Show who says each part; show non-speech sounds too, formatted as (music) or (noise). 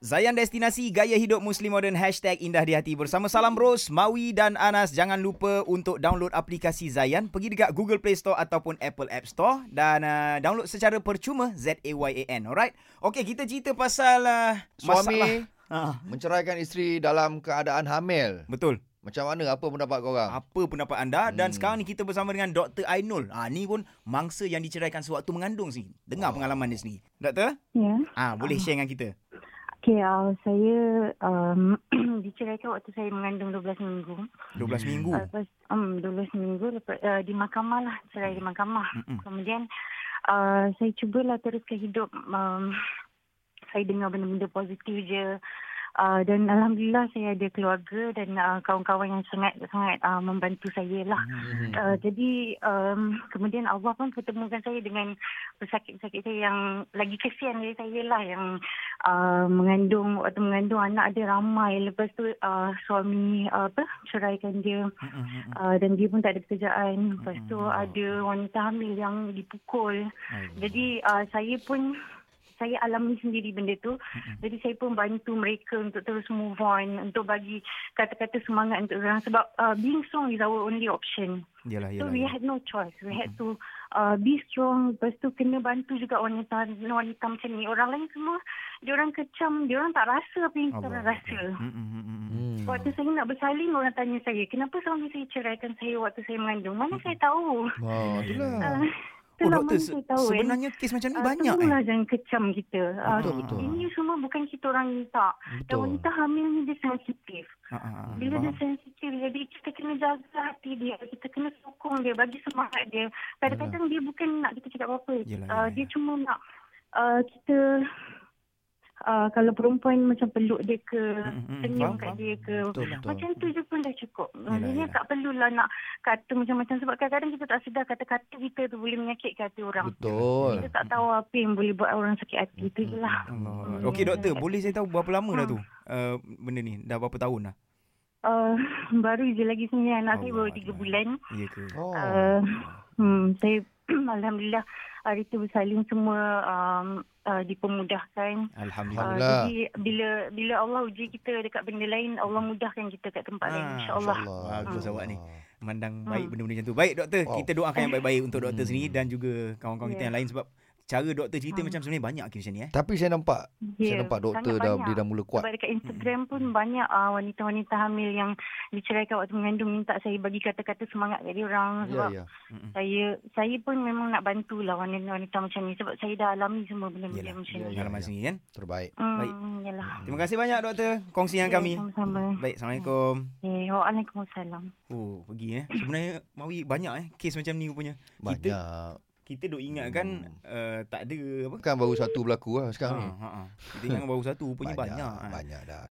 Speaker 1: Zayan Destinasi Gaya Hidup Muslim Modern Hashtag Indah Di Hati Bersama Salam Ros, Mawi dan Anas Jangan lupa untuk download aplikasi Zayan Pergi dekat Google Play Store ataupun Apple App Store Dan uh, download secara percuma Z-A-Y-A-N Alright Okay kita cerita pasal uh,
Speaker 2: Suami
Speaker 1: masalah. Ha,
Speaker 2: menceraikan isteri dalam keadaan hamil.
Speaker 1: Betul
Speaker 2: Macam mana? Apa pendapat korang?
Speaker 1: apa pendapat anda dan
Speaker 2: Ah. Hmm.
Speaker 1: sekarang ni kita bersama dengan Dr Ainul. Ah ni pun mangsa yang diceraikan sewaktu mengandung sini. Dengar
Speaker 2: Oh.
Speaker 1: pengalaman dia sendiri. Doktor?
Speaker 3: Ya.
Speaker 1: Ah boleh
Speaker 3: Ah.
Speaker 1: share dengan kita.
Speaker 3: Okay, uh, saya um, (clears throat) diceraikan waktu saya mengandung 12 minggu.
Speaker 1: 12
Speaker 2: Hmm.
Speaker 1: minggu.
Speaker 2: Ah.
Speaker 3: Uh, lepas, um, 12 minggu lepas, uh, di mahkamah lah. Cerai di mahkamah.
Speaker 1: Mm-mm.
Speaker 3: Kemudian uh, saya cubalah teruskan hidup. Um, (clears throat) saya dengar benda-benda positif je. Uh, dan Alhamdulillah saya ada keluarga dan uh, kawan-kawan yang sangat-sangat uh, membantu saya lah.
Speaker 2: Hmm.
Speaker 3: Uh, jadi um, kemudian Allah pun pertemukan saya dengan pesakit-pesakit saya yang lagi kesian dari saya lah yang uh, mengandung waktu mengandung anak dia ramai lepas tu uh, suami uh, apa ceraikan dia
Speaker 1: Mm-mm, mm-mm.
Speaker 3: uh, dan dia pun tak ada pekerjaan lepas tu
Speaker 1: Mm.
Speaker 3: ada wanita hamil yang dipukul
Speaker 1: Aduh.
Speaker 3: jadi uh, saya pun saya alami sendiri benda tu. Jadi saya pun bantu mereka untuk terus move on, untuk bagi kata-kata semangat untuk orang sebab uh, being strong is our only option.
Speaker 1: Yalah yalah.
Speaker 3: So we
Speaker 2: ya.
Speaker 1: yalah.
Speaker 3: had no choice. We had to uh, be strong. Lepas tu kena bantu juga wanita wanita macam ni. Orang lain semua dia orang kecam, dia orang tak rasa apa yang kita orang
Speaker 1: Allah. Mm.
Speaker 3: rasa.
Speaker 1: Mm-mm, mm-mm, mm-mm.
Speaker 2: Hmm.
Speaker 3: Waktu saya nak bersalin orang tanya saya, kenapa suami saya ceraikan saya waktu saya mengandung? Mana saya tahu?
Speaker 2: Oh, itulah.
Speaker 3: Uh,
Speaker 1: Oh
Speaker 3: itulah
Speaker 1: doktor
Speaker 3: mana
Speaker 1: se-
Speaker 3: saya tahu, eh.
Speaker 1: sebenarnya kes macam ni
Speaker 3: Ah,
Speaker 1: banyak eh.
Speaker 3: Tolonglah jangan kecam kita. Ah,
Speaker 2: Betul, betul.
Speaker 3: Ini semua bukan kita orang minta. Dan
Speaker 2: Betul.
Speaker 3: wanita hamil ni dia sensitif.
Speaker 1: Ha, ha, ha.
Speaker 3: Bila dia
Speaker 1: Faham.
Speaker 3: sensitif, jadi kita kena jaga hati dia. Kita kena sokong dia, bagi semangat dia. Kadang-kadang dia bukan nak kita cakap apa-apa.
Speaker 1: Yelah,
Speaker 3: Ah,
Speaker 1: yelah,
Speaker 3: dia
Speaker 1: yelah.
Speaker 3: cuma nak ah, kita... ah, kalau perempuan macam peluk dia ke,
Speaker 1: Mm, mm, faham,
Speaker 3: senyum kat
Speaker 1: faham.
Speaker 3: dia ke,
Speaker 2: Betul, betul.
Speaker 3: macam tu je pun dah cukup. Maksudnya
Speaker 1: yelah.
Speaker 3: tak perlulah nak kata macam-macam sebab kadang-kadang kita tak sedar kata-kata kita tu boleh menyakitkan hati orang.
Speaker 2: Betul.
Speaker 3: Kita tak tahu apa yang boleh buat orang sakit hati tu je lah.
Speaker 1: Allah.
Speaker 3: Hmm.
Speaker 1: Okey doktor, boleh saya tahu berapa lama dah
Speaker 3: Ha.
Speaker 1: tu? Uh, benda ni dah berapa tahun dah?
Speaker 3: Uh, baru je lagi sebenarnya anak saya
Speaker 1: Hmm. Allah
Speaker 3: baru tiga
Speaker 1: Akbar.
Speaker 3: bulan.
Speaker 1: Ya ke?
Speaker 2: Oh.
Speaker 3: Uh, hmm, saya (clears throat) Alhamdulillah hari tu bersalin semua um, uh, dipermudahkan.
Speaker 1: Alhamdulillah.
Speaker 3: Uh,
Speaker 2: Alhamdulillah.
Speaker 3: jadi bila bila Allah uji kita dekat benda lain, Allah mudahkan kita kat tempat lain
Speaker 1: Ah,
Speaker 3: insya-Allah.
Speaker 1: Bagus awak ni. Memandang baik
Speaker 3: Hmm.
Speaker 1: benda-benda macam tu. Baik doktor,
Speaker 2: Wow.
Speaker 1: kita doakan yang baik-baik untuk doktor
Speaker 2: Hmm.
Speaker 1: sendiri dan juga kawan-kawan kita
Speaker 3: Ya.
Speaker 1: yang lain sebab cara doktor cerita
Speaker 3: Hmm.
Speaker 1: macam sebenarnya banyak ke macam ni eh.
Speaker 2: Tapi saya nampak,
Speaker 3: Ya,
Speaker 2: saya nampak Hmm. doktor
Speaker 3: sangat
Speaker 2: dah
Speaker 3: banyak.
Speaker 2: dia dah mula kuat.
Speaker 3: Sebab dekat Instagram pun banyak uh, wanita-wanita hamil yang diceraikan waktu mengandung minta saya bagi kata-kata semangat kat dia orang sebab
Speaker 2: Ya, ya.
Speaker 1: Mm-mm.
Speaker 3: saya saya pun memang nak bantulah wanita-wanita macam ni sebab saya dah alami semua benda-benda
Speaker 1: Yelah.
Speaker 2: Ya,
Speaker 3: macam ni.
Speaker 2: ya.
Speaker 1: Pengalaman sendiri kan.
Speaker 2: Terbaik.
Speaker 1: Baik.
Speaker 3: Hmm, yalah.
Speaker 1: Terima kasih banyak doktor kongsi dengan
Speaker 3: Ya,
Speaker 1: kami.
Speaker 3: Sama-sama.
Speaker 1: Baik, Assalamualaikum.
Speaker 3: Eh, Waalaikumsalam.
Speaker 1: Oh, pergi eh. Sebenarnya Mawi banyak eh kes macam ni rupanya. Kita
Speaker 2: Banyak.
Speaker 1: kita duk ingat kan uh, tak ada apa.
Speaker 2: Kan baru satu berlaku
Speaker 1: Ha,
Speaker 2: lah sekarang ni.
Speaker 1: ha, ha. Kita ingat baru satu rupanya banyak.
Speaker 2: Banyak dah.